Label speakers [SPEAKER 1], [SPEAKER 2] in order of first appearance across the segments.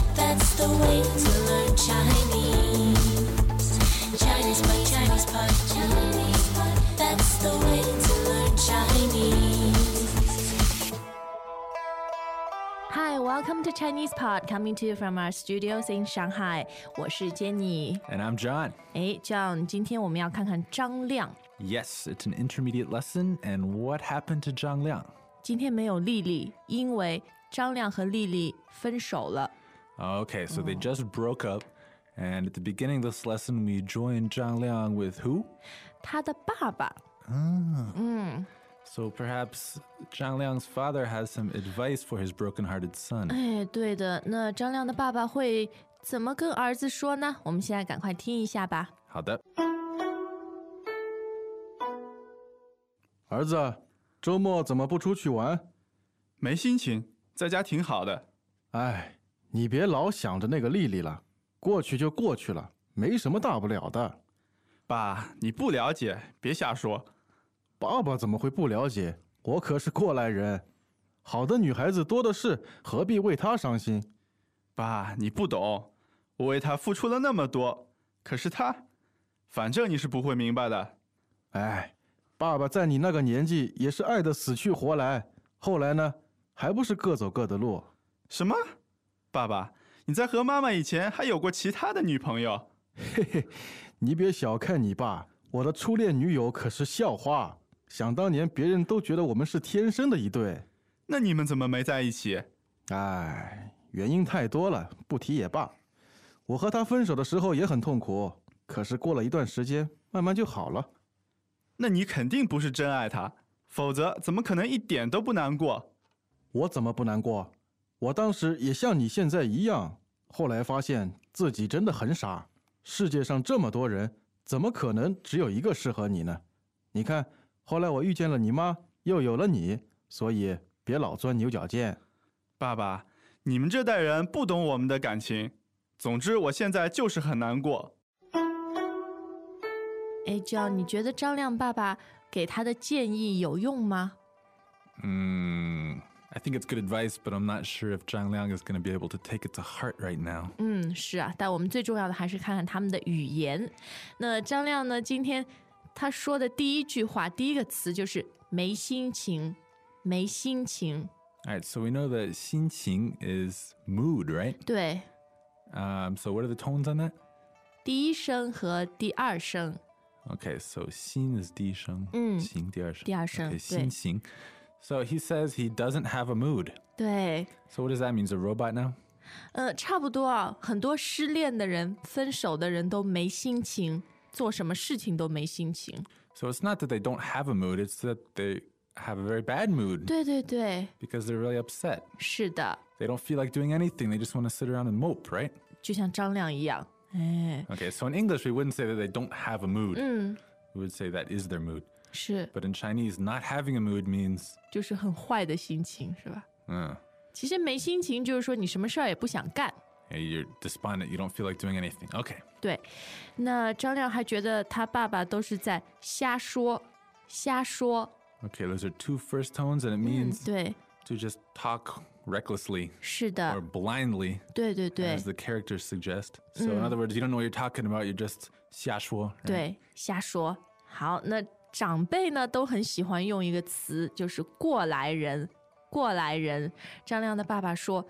[SPEAKER 1] a way to learn Chinese. Chinese pot, Chinese pot, Chinese pot. That's the way to learn Chinese.
[SPEAKER 2] Hi, welcome to Chinese Pod, coming to you from our studios in Shanghai。我是 Jenny。
[SPEAKER 3] And I'm John.
[SPEAKER 2] 哎，John，今天我们要看看张亮。
[SPEAKER 3] Yes, it's an intermediate lesson. And what happened to Zhang Liang?
[SPEAKER 2] 今天没有丽丽，因为张亮和丽丽分手了。
[SPEAKER 3] Okay, so they just broke up. And at the beginning of this lesson, we joined Zhang Liang with who?
[SPEAKER 2] 他的爸爸
[SPEAKER 3] So perhaps Zhang Liang's father has some advice for his broken-hearted son.
[SPEAKER 2] 哎，对的，那张亮的爸爸会怎么跟儿子说呢？我们现在赶快听一下吧。
[SPEAKER 3] 好的，
[SPEAKER 4] 儿子，周末怎么不出去玩？
[SPEAKER 5] 没心情，在家挺好的。
[SPEAKER 4] 哎，你别老想着那个丽丽了，过去就过去了，没什么大不了的。
[SPEAKER 5] 爸，你不了解，别瞎说。
[SPEAKER 4] 爸爸怎么会不了解？我可是过来人，好的女孩子多的是，何必为她伤心？
[SPEAKER 5] 爸，你不懂，我为他付出了那么多，可是他，反正你是不会明白的。
[SPEAKER 4] 哎，爸爸在你那个年纪也是爱得死去活来，后来呢，还不是各走各的路？
[SPEAKER 5] 什么？爸爸，你在和妈妈以前还有过其他的女朋友？
[SPEAKER 4] 你别小看你爸，我的初恋女友可是校花，想当年别人都觉得我们是天生的一对。
[SPEAKER 5] 那你们怎么没在一起？
[SPEAKER 4] 唉，哎原因太多了，不提也罢。我和他分手的时候也很痛苦，可是过了一段时间，慢慢就好了。
[SPEAKER 5] 那你肯定不是真爱他，否则怎么可能一点都不难过？
[SPEAKER 4] 我怎么不难过？我当时也像你现在一样，后来发现自己真的很傻。世界上这么多人，怎么可能只有一个适合你呢？你看，后来我遇见了你妈，又有了你，所以别老钻牛角尖。
[SPEAKER 5] 爸爸，你们这代人不懂我们的感情。总之，我现在就是很难过。
[SPEAKER 2] 哎，John，你觉得张亮爸爸给他的建议有用吗？
[SPEAKER 3] Hmm. I think it's good advice, but I'm not sure if Zhang Liang is going to be able to take it to heart right now.
[SPEAKER 2] 嗯，是啊，但我们最重要的还是看看他们的语言。那张亮呢？今天他说的第一句话，第一个词就是没心情，没心情。
[SPEAKER 3] All right, so we know that 心情 is mood, right?
[SPEAKER 2] 对，
[SPEAKER 3] Um, so what are the tones on that?
[SPEAKER 2] 第一声和第二声，
[SPEAKER 3] Okay, so 心 is 第一声，
[SPEAKER 2] 嗯，
[SPEAKER 3] 行第二声，
[SPEAKER 2] 第二声，
[SPEAKER 3] okay,
[SPEAKER 2] 对。
[SPEAKER 3] 心情. So he says he doesn't have a mood.
[SPEAKER 2] 对，
[SPEAKER 3] So what does that mean? He's a robot now?
[SPEAKER 2] 呃，差不多啊。很多失恋的人、分手的人都没心情，做什么事情都没心情。
[SPEAKER 3] So it's not that they don't have a mood, it's that they have a very bad mood
[SPEAKER 2] 对对对，
[SPEAKER 3] because they're really upset.
[SPEAKER 2] 是的，
[SPEAKER 3] They don't feel like doing anything. They just want to sit around and mope, right?
[SPEAKER 2] 就像张亮一样，哎，
[SPEAKER 3] Okay, so in English we wouldn't say that they don't have a mood.
[SPEAKER 2] 嗯，
[SPEAKER 3] We would say that is their mood.
[SPEAKER 2] 是，
[SPEAKER 3] But in Chinese, not having a mood means
[SPEAKER 2] 就是很坏的心情，是吧？
[SPEAKER 3] uh,
[SPEAKER 2] 其实没心情就是说你什么事儿也不想干。
[SPEAKER 3] hey, you're despondent, you don't feel like doing anything. Okay.
[SPEAKER 2] 对，那张亮还觉得他爸爸都是在瞎说，瞎说。
[SPEAKER 3] Okay, those are two first tones and it
[SPEAKER 2] 嗯
[SPEAKER 3] means，
[SPEAKER 2] 对，
[SPEAKER 3] to just talk recklessly
[SPEAKER 2] 是
[SPEAKER 3] or
[SPEAKER 2] 的，
[SPEAKER 3] blindly,
[SPEAKER 2] 对对对
[SPEAKER 3] as the characters suggest. So, in other words, you don't know what you're talking about. You're just 瞎说. right?
[SPEAKER 2] 对，瞎说。好，那长辈呢都很喜欢用一个词，就是过来人，过来人。张亮的爸爸说：“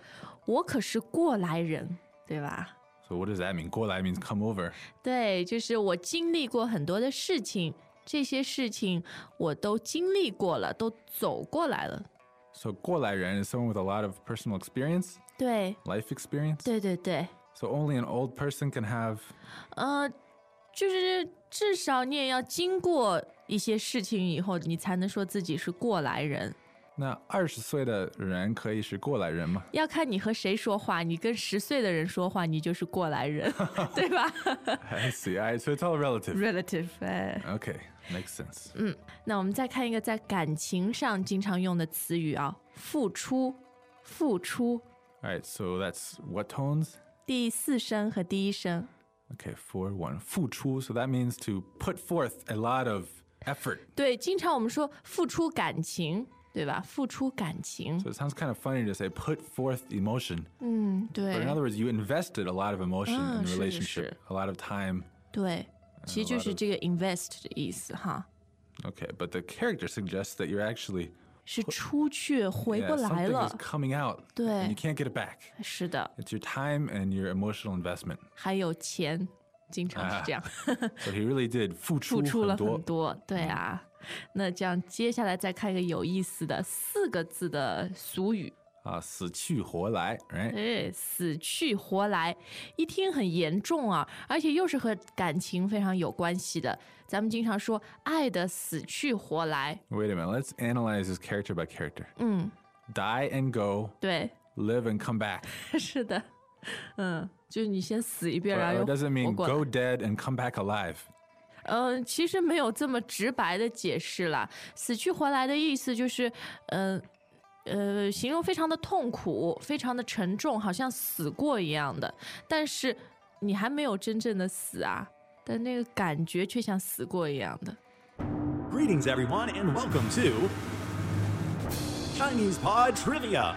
[SPEAKER 2] 我可是过来人，对吧？”
[SPEAKER 3] So, what does that mean? 过来 means come over.
[SPEAKER 2] 对，就是我经历过很多的事情，这些事情我都经历过了，都走过来了。
[SPEAKER 3] So, 过来人 is someone with a lot of personal experience,
[SPEAKER 2] 对，
[SPEAKER 3] life experience.
[SPEAKER 2] 对对对，
[SPEAKER 3] So, only an old person can have.
[SPEAKER 2] 呃，就是至少你也要经过一些事情以后，你才能说自己是过来人。
[SPEAKER 3] 那二十岁的人可以是过来人吗？
[SPEAKER 2] 要看你和谁说话，你跟十岁的人说话，你就是过来人， 对吧
[SPEAKER 3] I see. All right, so it's all relative.
[SPEAKER 2] ？Relative，哎，
[SPEAKER 3] Okay, makes sense.
[SPEAKER 2] 那我们再看一个在感情上经常用的词语啊，付出，付出，
[SPEAKER 3] All right, so that's what tones?
[SPEAKER 2] 第四声和第一声。
[SPEAKER 3] Okay, four, one. 付出, so that means to put forth a lot of effort.
[SPEAKER 2] 对，经常我们说付出感情，对吧？付出感情
[SPEAKER 3] So，it sounds kind of funny to say put forth emotion.
[SPEAKER 2] 嗯，
[SPEAKER 3] But
[SPEAKER 2] 对
[SPEAKER 3] in other words, you invested a lot of emotion
[SPEAKER 2] Ah,
[SPEAKER 3] in the
[SPEAKER 2] 是的，
[SPEAKER 3] relationship,
[SPEAKER 2] 是。
[SPEAKER 3] a lot of time.
[SPEAKER 2] 对，其实就是这个 invest 的意思哈，
[SPEAKER 3] Okay, but the character suggests that you're actually
[SPEAKER 2] 是出去回
[SPEAKER 3] yeah,
[SPEAKER 2] 不来
[SPEAKER 3] something is
[SPEAKER 2] 了。
[SPEAKER 3] coming out, and
[SPEAKER 2] 对
[SPEAKER 3] you can't get it back.
[SPEAKER 2] 是的，
[SPEAKER 3] It's your time and your emotional investment.
[SPEAKER 2] 还有钱，经常是这样。
[SPEAKER 3] So he really did
[SPEAKER 2] 付出了
[SPEAKER 3] 哎付出很多。嗯
[SPEAKER 2] 很多，对啊。那这样，接下来再看一个有意思的四个字的俗语，
[SPEAKER 3] Ah, 啊，死去活来，right?
[SPEAKER 2] 哎，死去活来，一听很严重啊，而且又是和感情非常有关系的。咱们经常说爱的死去活来，
[SPEAKER 3] Wait a minute. Let's analyze this character by character.
[SPEAKER 2] 嗯，
[SPEAKER 3] Die and go,
[SPEAKER 2] 对，
[SPEAKER 3] live and come back.
[SPEAKER 2] 是的，嗯，就是你先死一
[SPEAKER 3] Or,
[SPEAKER 2] 遍，然
[SPEAKER 3] or
[SPEAKER 2] 后
[SPEAKER 3] it
[SPEAKER 2] 又
[SPEAKER 3] 呃 doesn't mean
[SPEAKER 2] 活过来
[SPEAKER 3] go dead and come back alive.
[SPEAKER 2] 嗯，其实没有这么直白的解释啦。死去活来的意思就是，嗯呃形容非常的痛苦，非常的沉重，好像死过一样的。但是你还没有真正的死啊，但那个感觉却像死过一样的。
[SPEAKER 6] Greetings, everyone, and welcome to Chinese Pod Trivia.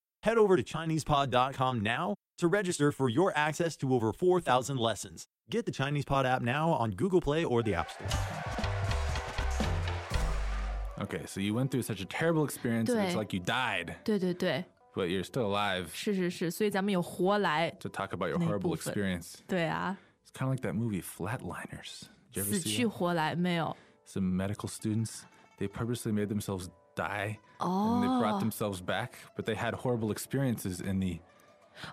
[SPEAKER 6] Head over to ChinesePod.com now to register for your access to over 4,000 lessons. Get the Chinese Pod app now on Google Play or the App Store.
[SPEAKER 3] Okay, so you went through such a terrible experience, and it's
[SPEAKER 2] 对。
[SPEAKER 3] like you died,
[SPEAKER 2] 对对对，
[SPEAKER 3] but you're still alive
[SPEAKER 2] 是是是，所以咱们有活来。
[SPEAKER 3] to talk about your
[SPEAKER 2] 那
[SPEAKER 3] horrible
[SPEAKER 2] 部分。
[SPEAKER 3] experience.
[SPEAKER 2] 对啊，
[SPEAKER 3] It's kind of like that movie Flatliners. Did you ever
[SPEAKER 2] 死
[SPEAKER 3] see
[SPEAKER 2] 去
[SPEAKER 3] that?
[SPEAKER 2] 活来没有？
[SPEAKER 3] some medical students? They purposely made themselves die, and they brought
[SPEAKER 2] 哦
[SPEAKER 3] themselves back, but they had horrible experiences in the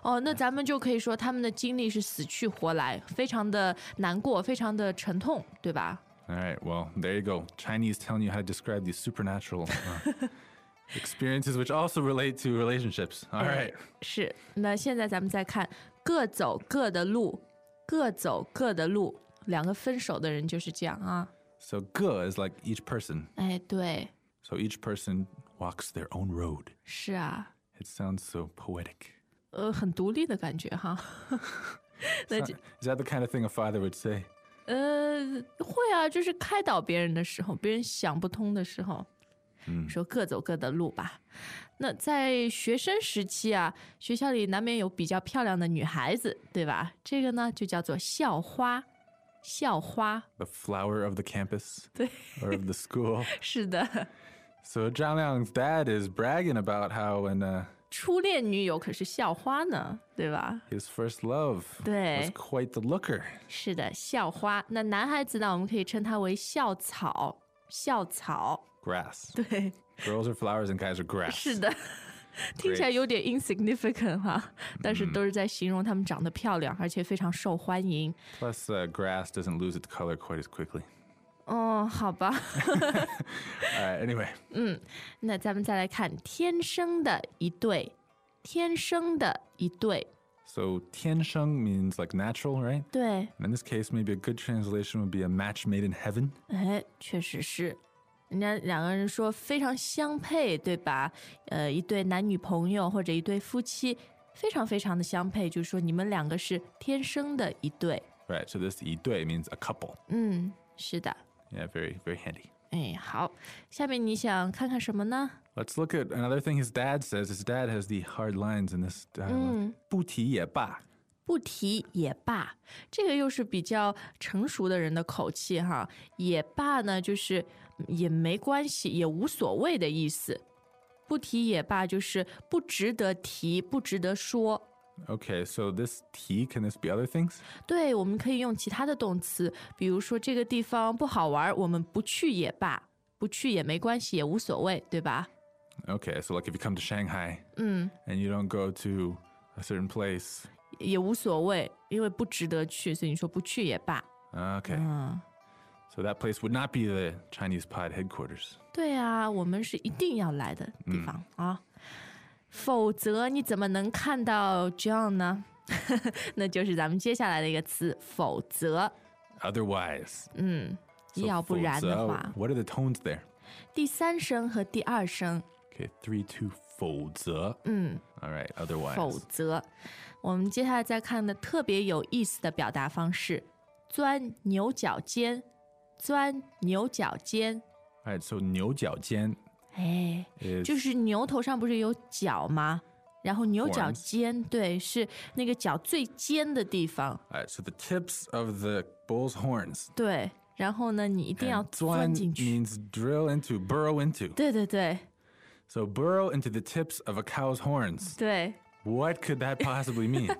[SPEAKER 2] 哦，那咱们就可以说他们的经历是死去活来，非常的难过，非常的沉痛，对吧？
[SPEAKER 3] All right. Well, there you go. Chinese telling you how to describe these supernatural uh, experiences, which also relate to relationships. All
[SPEAKER 2] 呃
[SPEAKER 3] right.
[SPEAKER 2] 是。那现在咱们再看，各走各的路，各走各的路。两个分手的人就是这样啊。
[SPEAKER 3] So, ge is like each person.
[SPEAKER 2] 哎，对，
[SPEAKER 3] So, each person walks their own road.
[SPEAKER 2] 是啊，
[SPEAKER 3] It sounds so poetic.
[SPEAKER 2] 呃，很独立的感觉哈。 那
[SPEAKER 3] Is
[SPEAKER 2] 就
[SPEAKER 3] that- is that the kind of thing a father would say?
[SPEAKER 2] 呃，会啊，就是开导别人的时候，别人想不通的时候，嗯，说各走各的路吧。那在学生时期啊，学校里难免有比较漂亮的女孩子，对吧？这个呢就叫做校花，校花，
[SPEAKER 3] The flower of the campus
[SPEAKER 2] 对，
[SPEAKER 3] or of the school.
[SPEAKER 2] 是的。
[SPEAKER 3] So, Zhang Liang's dad is bragging about how when uh,
[SPEAKER 2] 初恋女友可是校花呢，对吧？
[SPEAKER 3] his first love was
[SPEAKER 2] 对
[SPEAKER 3] quite the looker.
[SPEAKER 2] 是的，校花。那男孩子呢，我们可以称他为校草，校草。
[SPEAKER 3] Grass.
[SPEAKER 2] 对，
[SPEAKER 3] Girls are flowers and guys are grass.
[SPEAKER 2] 是的， 听起来有点 insignificant 哈、但是都是在形容她们长得漂亮，而且非常受欢迎。
[SPEAKER 3] Plus, uh, grass doesn't lose its color quite as quickly.
[SPEAKER 2] 哦，好 吧。
[SPEAKER 3] All right. Anyway.
[SPEAKER 2] 那咱们再来看天生的一对，天生的一对，
[SPEAKER 3] So tiansheng means like natural, right?
[SPEAKER 2] 对，
[SPEAKER 3] And in this case, maybe a good translation would be a match made in heaven.
[SPEAKER 2] 哎，确实是。人家两个人说非常相配，对吧？呃，一对男女朋友或者一对夫妻，非常非常的相配，就是说你们两个是天生的一对。
[SPEAKER 3] Right. So this 一对 means a couple.
[SPEAKER 2] 嗯，是的。
[SPEAKER 3] Yeah, very, very handy.
[SPEAKER 2] 哎，好，下面你想看看什么呢？
[SPEAKER 3] Let's look at another thing his dad says. His dad has the hard lines in this
[SPEAKER 2] Mm.
[SPEAKER 3] dialogue. 不提也罢.
[SPEAKER 2] 不提也罢，这个又是比较成熟的人的口气哈。也罢呢，就是也没关系，也无所谓的意思。不提也罢，就是不值得提，不值得说。
[SPEAKER 3] Okay, so this 提 can this be other things?
[SPEAKER 2] 对，我们可以用其他的动词，比如说这个地方不好玩，我们不去也罢，不去也没关系，也无所谓，对吧？
[SPEAKER 3] Okay, so like if you come to Shanghai
[SPEAKER 2] Mm.
[SPEAKER 3] and you don't go to a certain place.
[SPEAKER 2] 也无所谓，因为不值得去，所以你说不去也罢。
[SPEAKER 3] Okay.
[SPEAKER 2] Ah.
[SPEAKER 3] So that place would not be the
[SPEAKER 2] 啊
[SPEAKER 3] Chinese pod headquarters. 嗯
[SPEAKER 2] 对啊，我们是一定要来的地方、啊。否则你怎么能看到 John 呢？ 那就是咱们接下来的一个词，否则，
[SPEAKER 3] Otherwise.
[SPEAKER 2] 嗯，
[SPEAKER 3] So
[SPEAKER 2] 要 Mm. 不然的
[SPEAKER 3] "否则",
[SPEAKER 2] 话，
[SPEAKER 3] what are the tones there?
[SPEAKER 2] 第三声和第二声，
[SPEAKER 3] Okay, three, two, 否则.
[SPEAKER 2] 嗯，
[SPEAKER 3] All right, otherwise.
[SPEAKER 2] 否则，我们接下来再看的特别有意思的表达方式：钻牛角尖，钻牛角尖。
[SPEAKER 3] All right, so 牛角尖
[SPEAKER 2] 哎，
[SPEAKER 3] is
[SPEAKER 2] 就是牛头上不是有角吗？然后牛角
[SPEAKER 3] Horns
[SPEAKER 2] 尖，对，是那个角最尖的地方。
[SPEAKER 3] all right, so the tips of the bull's horns.
[SPEAKER 2] 对，然后呢，你一定要
[SPEAKER 3] And
[SPEAKER 2] 钻
[SPEAKER 3] 哎"钻"
[SPEAKER 2] 进去。
[SPEAKER 3] means drill into, burrow into.
[SPEAKER 2] 对对对
[SPEAKER 3] So burrow into the tips of a cow's horns.
[SPEAKER 2] 对，
[SPEAKER 3] What could that possibly mean?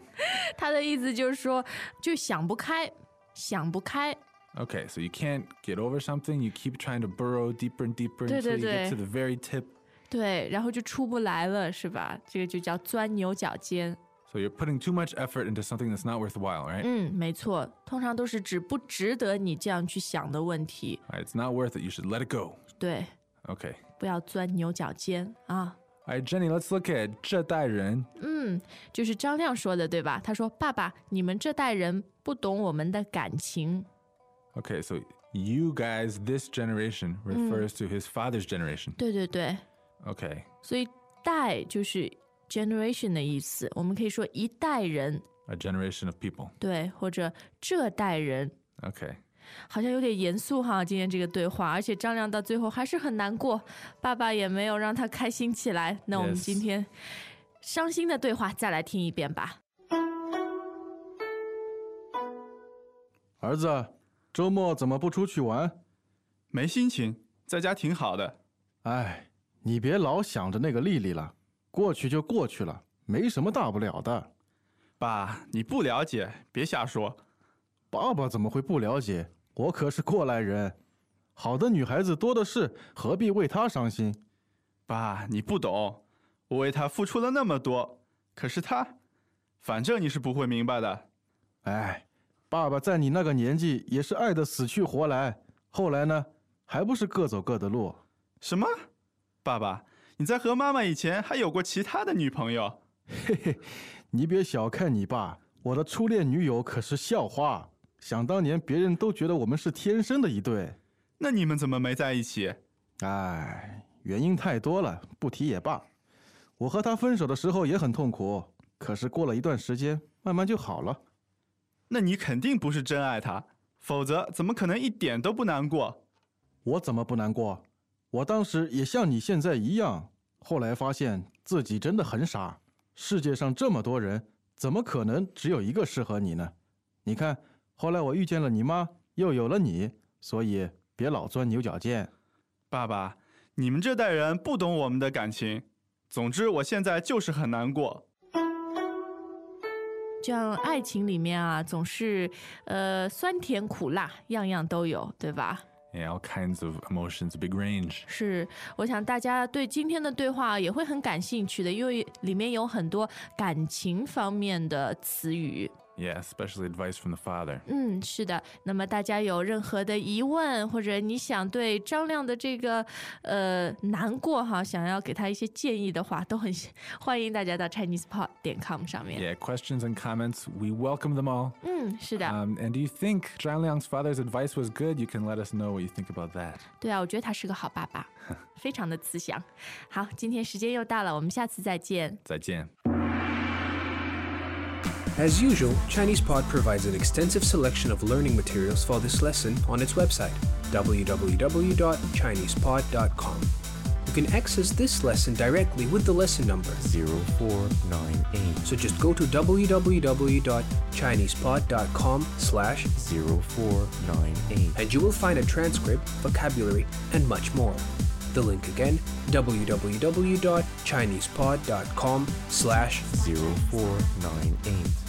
[SPEAKER 2] 他的意思就是说，就想不开，想不开。
[SPEAKER 3] okay, so you can't get over something. You keep trying to burrow deeper and deeper
[SPEAKER 2] 对，对，
[SPEAKER 3] until you get
[SPEAKER 2] 对。
[SPEAKER 3] to the very tip.
[SPEAKER 2] 对，然后就出不来了，是吧？这个就叫钻牛角尖。
[SPEAKER 3] So you're putting too much effort into something that's not worthwhile, right?
[SPEAKER 2] 嗯，没错，通常都是指不值得你这样去想的问题。
[SPEAKER 3] All right, it's not worth it. You should let it go.
[SPEAKER 2] 对，
[SPEAKER 3] Okay.
[SPEAKER 2] 不要钻牛角尖啊。
[SPEAKER 3] All right, Jenny, let's look at 这代人.
[SPEAKER 2] 嗯，就是张亮说的，对吧？他说：“爸爸，你们这代人不懂我们的感情。
[SPEAKER 3] Okay, so you guys, this generation refers to his father's generation. ”
[SPEAKER 2] 对对对，
[SPEAKER 3] Okay.
[SPEAKER 2] 所以“代”就是 generation 的意思，我们可以说一代人，
[SPEAKER 3] A generation of people.
[SPEAKER 2] 对，或者这代人。
[SPEAKER 3] Okay.
[SPEAKER 2] 好像有点严肃哈，今天这个对话，而且张亮到最后还是很难过，爸爸也没有让他开心起来。那我们
[SPEAKER 3] Yes.
[SPEAKER 2] 今天伤心的对话再来听一遍吧。
[SPEAKER 4] 儿子，周末怎么不出去玩？
[SPEAKER 5] 没心情，在家挺好的。
[SPEAKER 4] 哎，你别老想着那个丽丽了，过去就过去了，没什么大不了的。
[SPEAKER 5] 爸，你不了解，别瞎说。
[SPEAKER 4] 爸爸怎么会不了解？我可是过来人，好的女孩子多的是，何必为她伤心？
[SPEAKER 5] 爸，你不懂，我为他付出了那么多，可是他，反正你是不会明白的。
[SPEAKER 4] 哎，爸爸在你那个年纪也是爱得死去活来，后来呢，还不是各走各的路？
[SPEAKER 5] 什么？爸爸，你在和妈妈以前还有过其他的女朋友？
[SPEAKER 4] 你别小看你爸，我的初恋女友可是校花。想当年，别人都觉得我们是天生的一对。
[SPEAKER 5] 那你们怎么没在一起？
[SPEAKER 4] 哎，原因太多了，不提也罢。我和她分手的时候也很痛苦，可是过了一段时间，慢慢就好了。
[SPEAKER 5] 那你肯定不是真爱他，否则怎么可能一点都不难过？
[SPEAKER 4] 我怎么不难过？我当时也像你现在一样，后来发现自己真的很傻。世界上这么多人，怎么可能只有一个适合你呢？你看，后来我遇见了你妈，又有了你，所以别老钻牛角尖。
[SPEAKER 5] 爸爸，你们这代人不懂我们的感情。总之，我现在就是很难过。
[SPEAKER 2] 这样爱情里面啊，总是呃酸甜苦辣，样样都有，对吧？
[SPEAKER 3] Yeah, all kinds of emotions, big range.
[SPEAKER 2] 是，我想大家对今天的对话也会很感兴趣的，因为里面有很多感情方面的词语。
[SPEAKER 3] Yeah, especially advice from the father.
[SPEAKER 2] 嗯，是的。那么大家有任何的疑问，或者你想对张亮的这个呃难过哈，想要给他一些建议的话，都很欢迎大家到 ChinesePod 点 com 上面。
[SPEAKER 3] Yeah, questions and comments, we welcome them all.
[SPEAKER 2] 嗯，是的，
[SPEAKER 3] Um, and do you think Zhang Liang's father's advice was good? You can let us know what you think about that.
[SPEAKER 2] 对啊，我觉得他是个好爸爸，非常的慈祥。好，今天时间又到了，我们下次再见。
[SPEAKER 3] 再见.
[SPEAKER 7] As usual, ChinesePod provides an extensive selection of learning materials for this lesson on its website, www.chinesepod.com. You can access this lesson directly with the lesson number
[SPEAKER 8] 0498
[SPEAKER 7] So just go to www.chinesepod.com slash
[SPEAKER 8] 0498
[SPEAKER 7] and you will find a transcript, vocabulary, and much more. The link again, www.chinesepod.com slash
[SPEAKER 8] 0498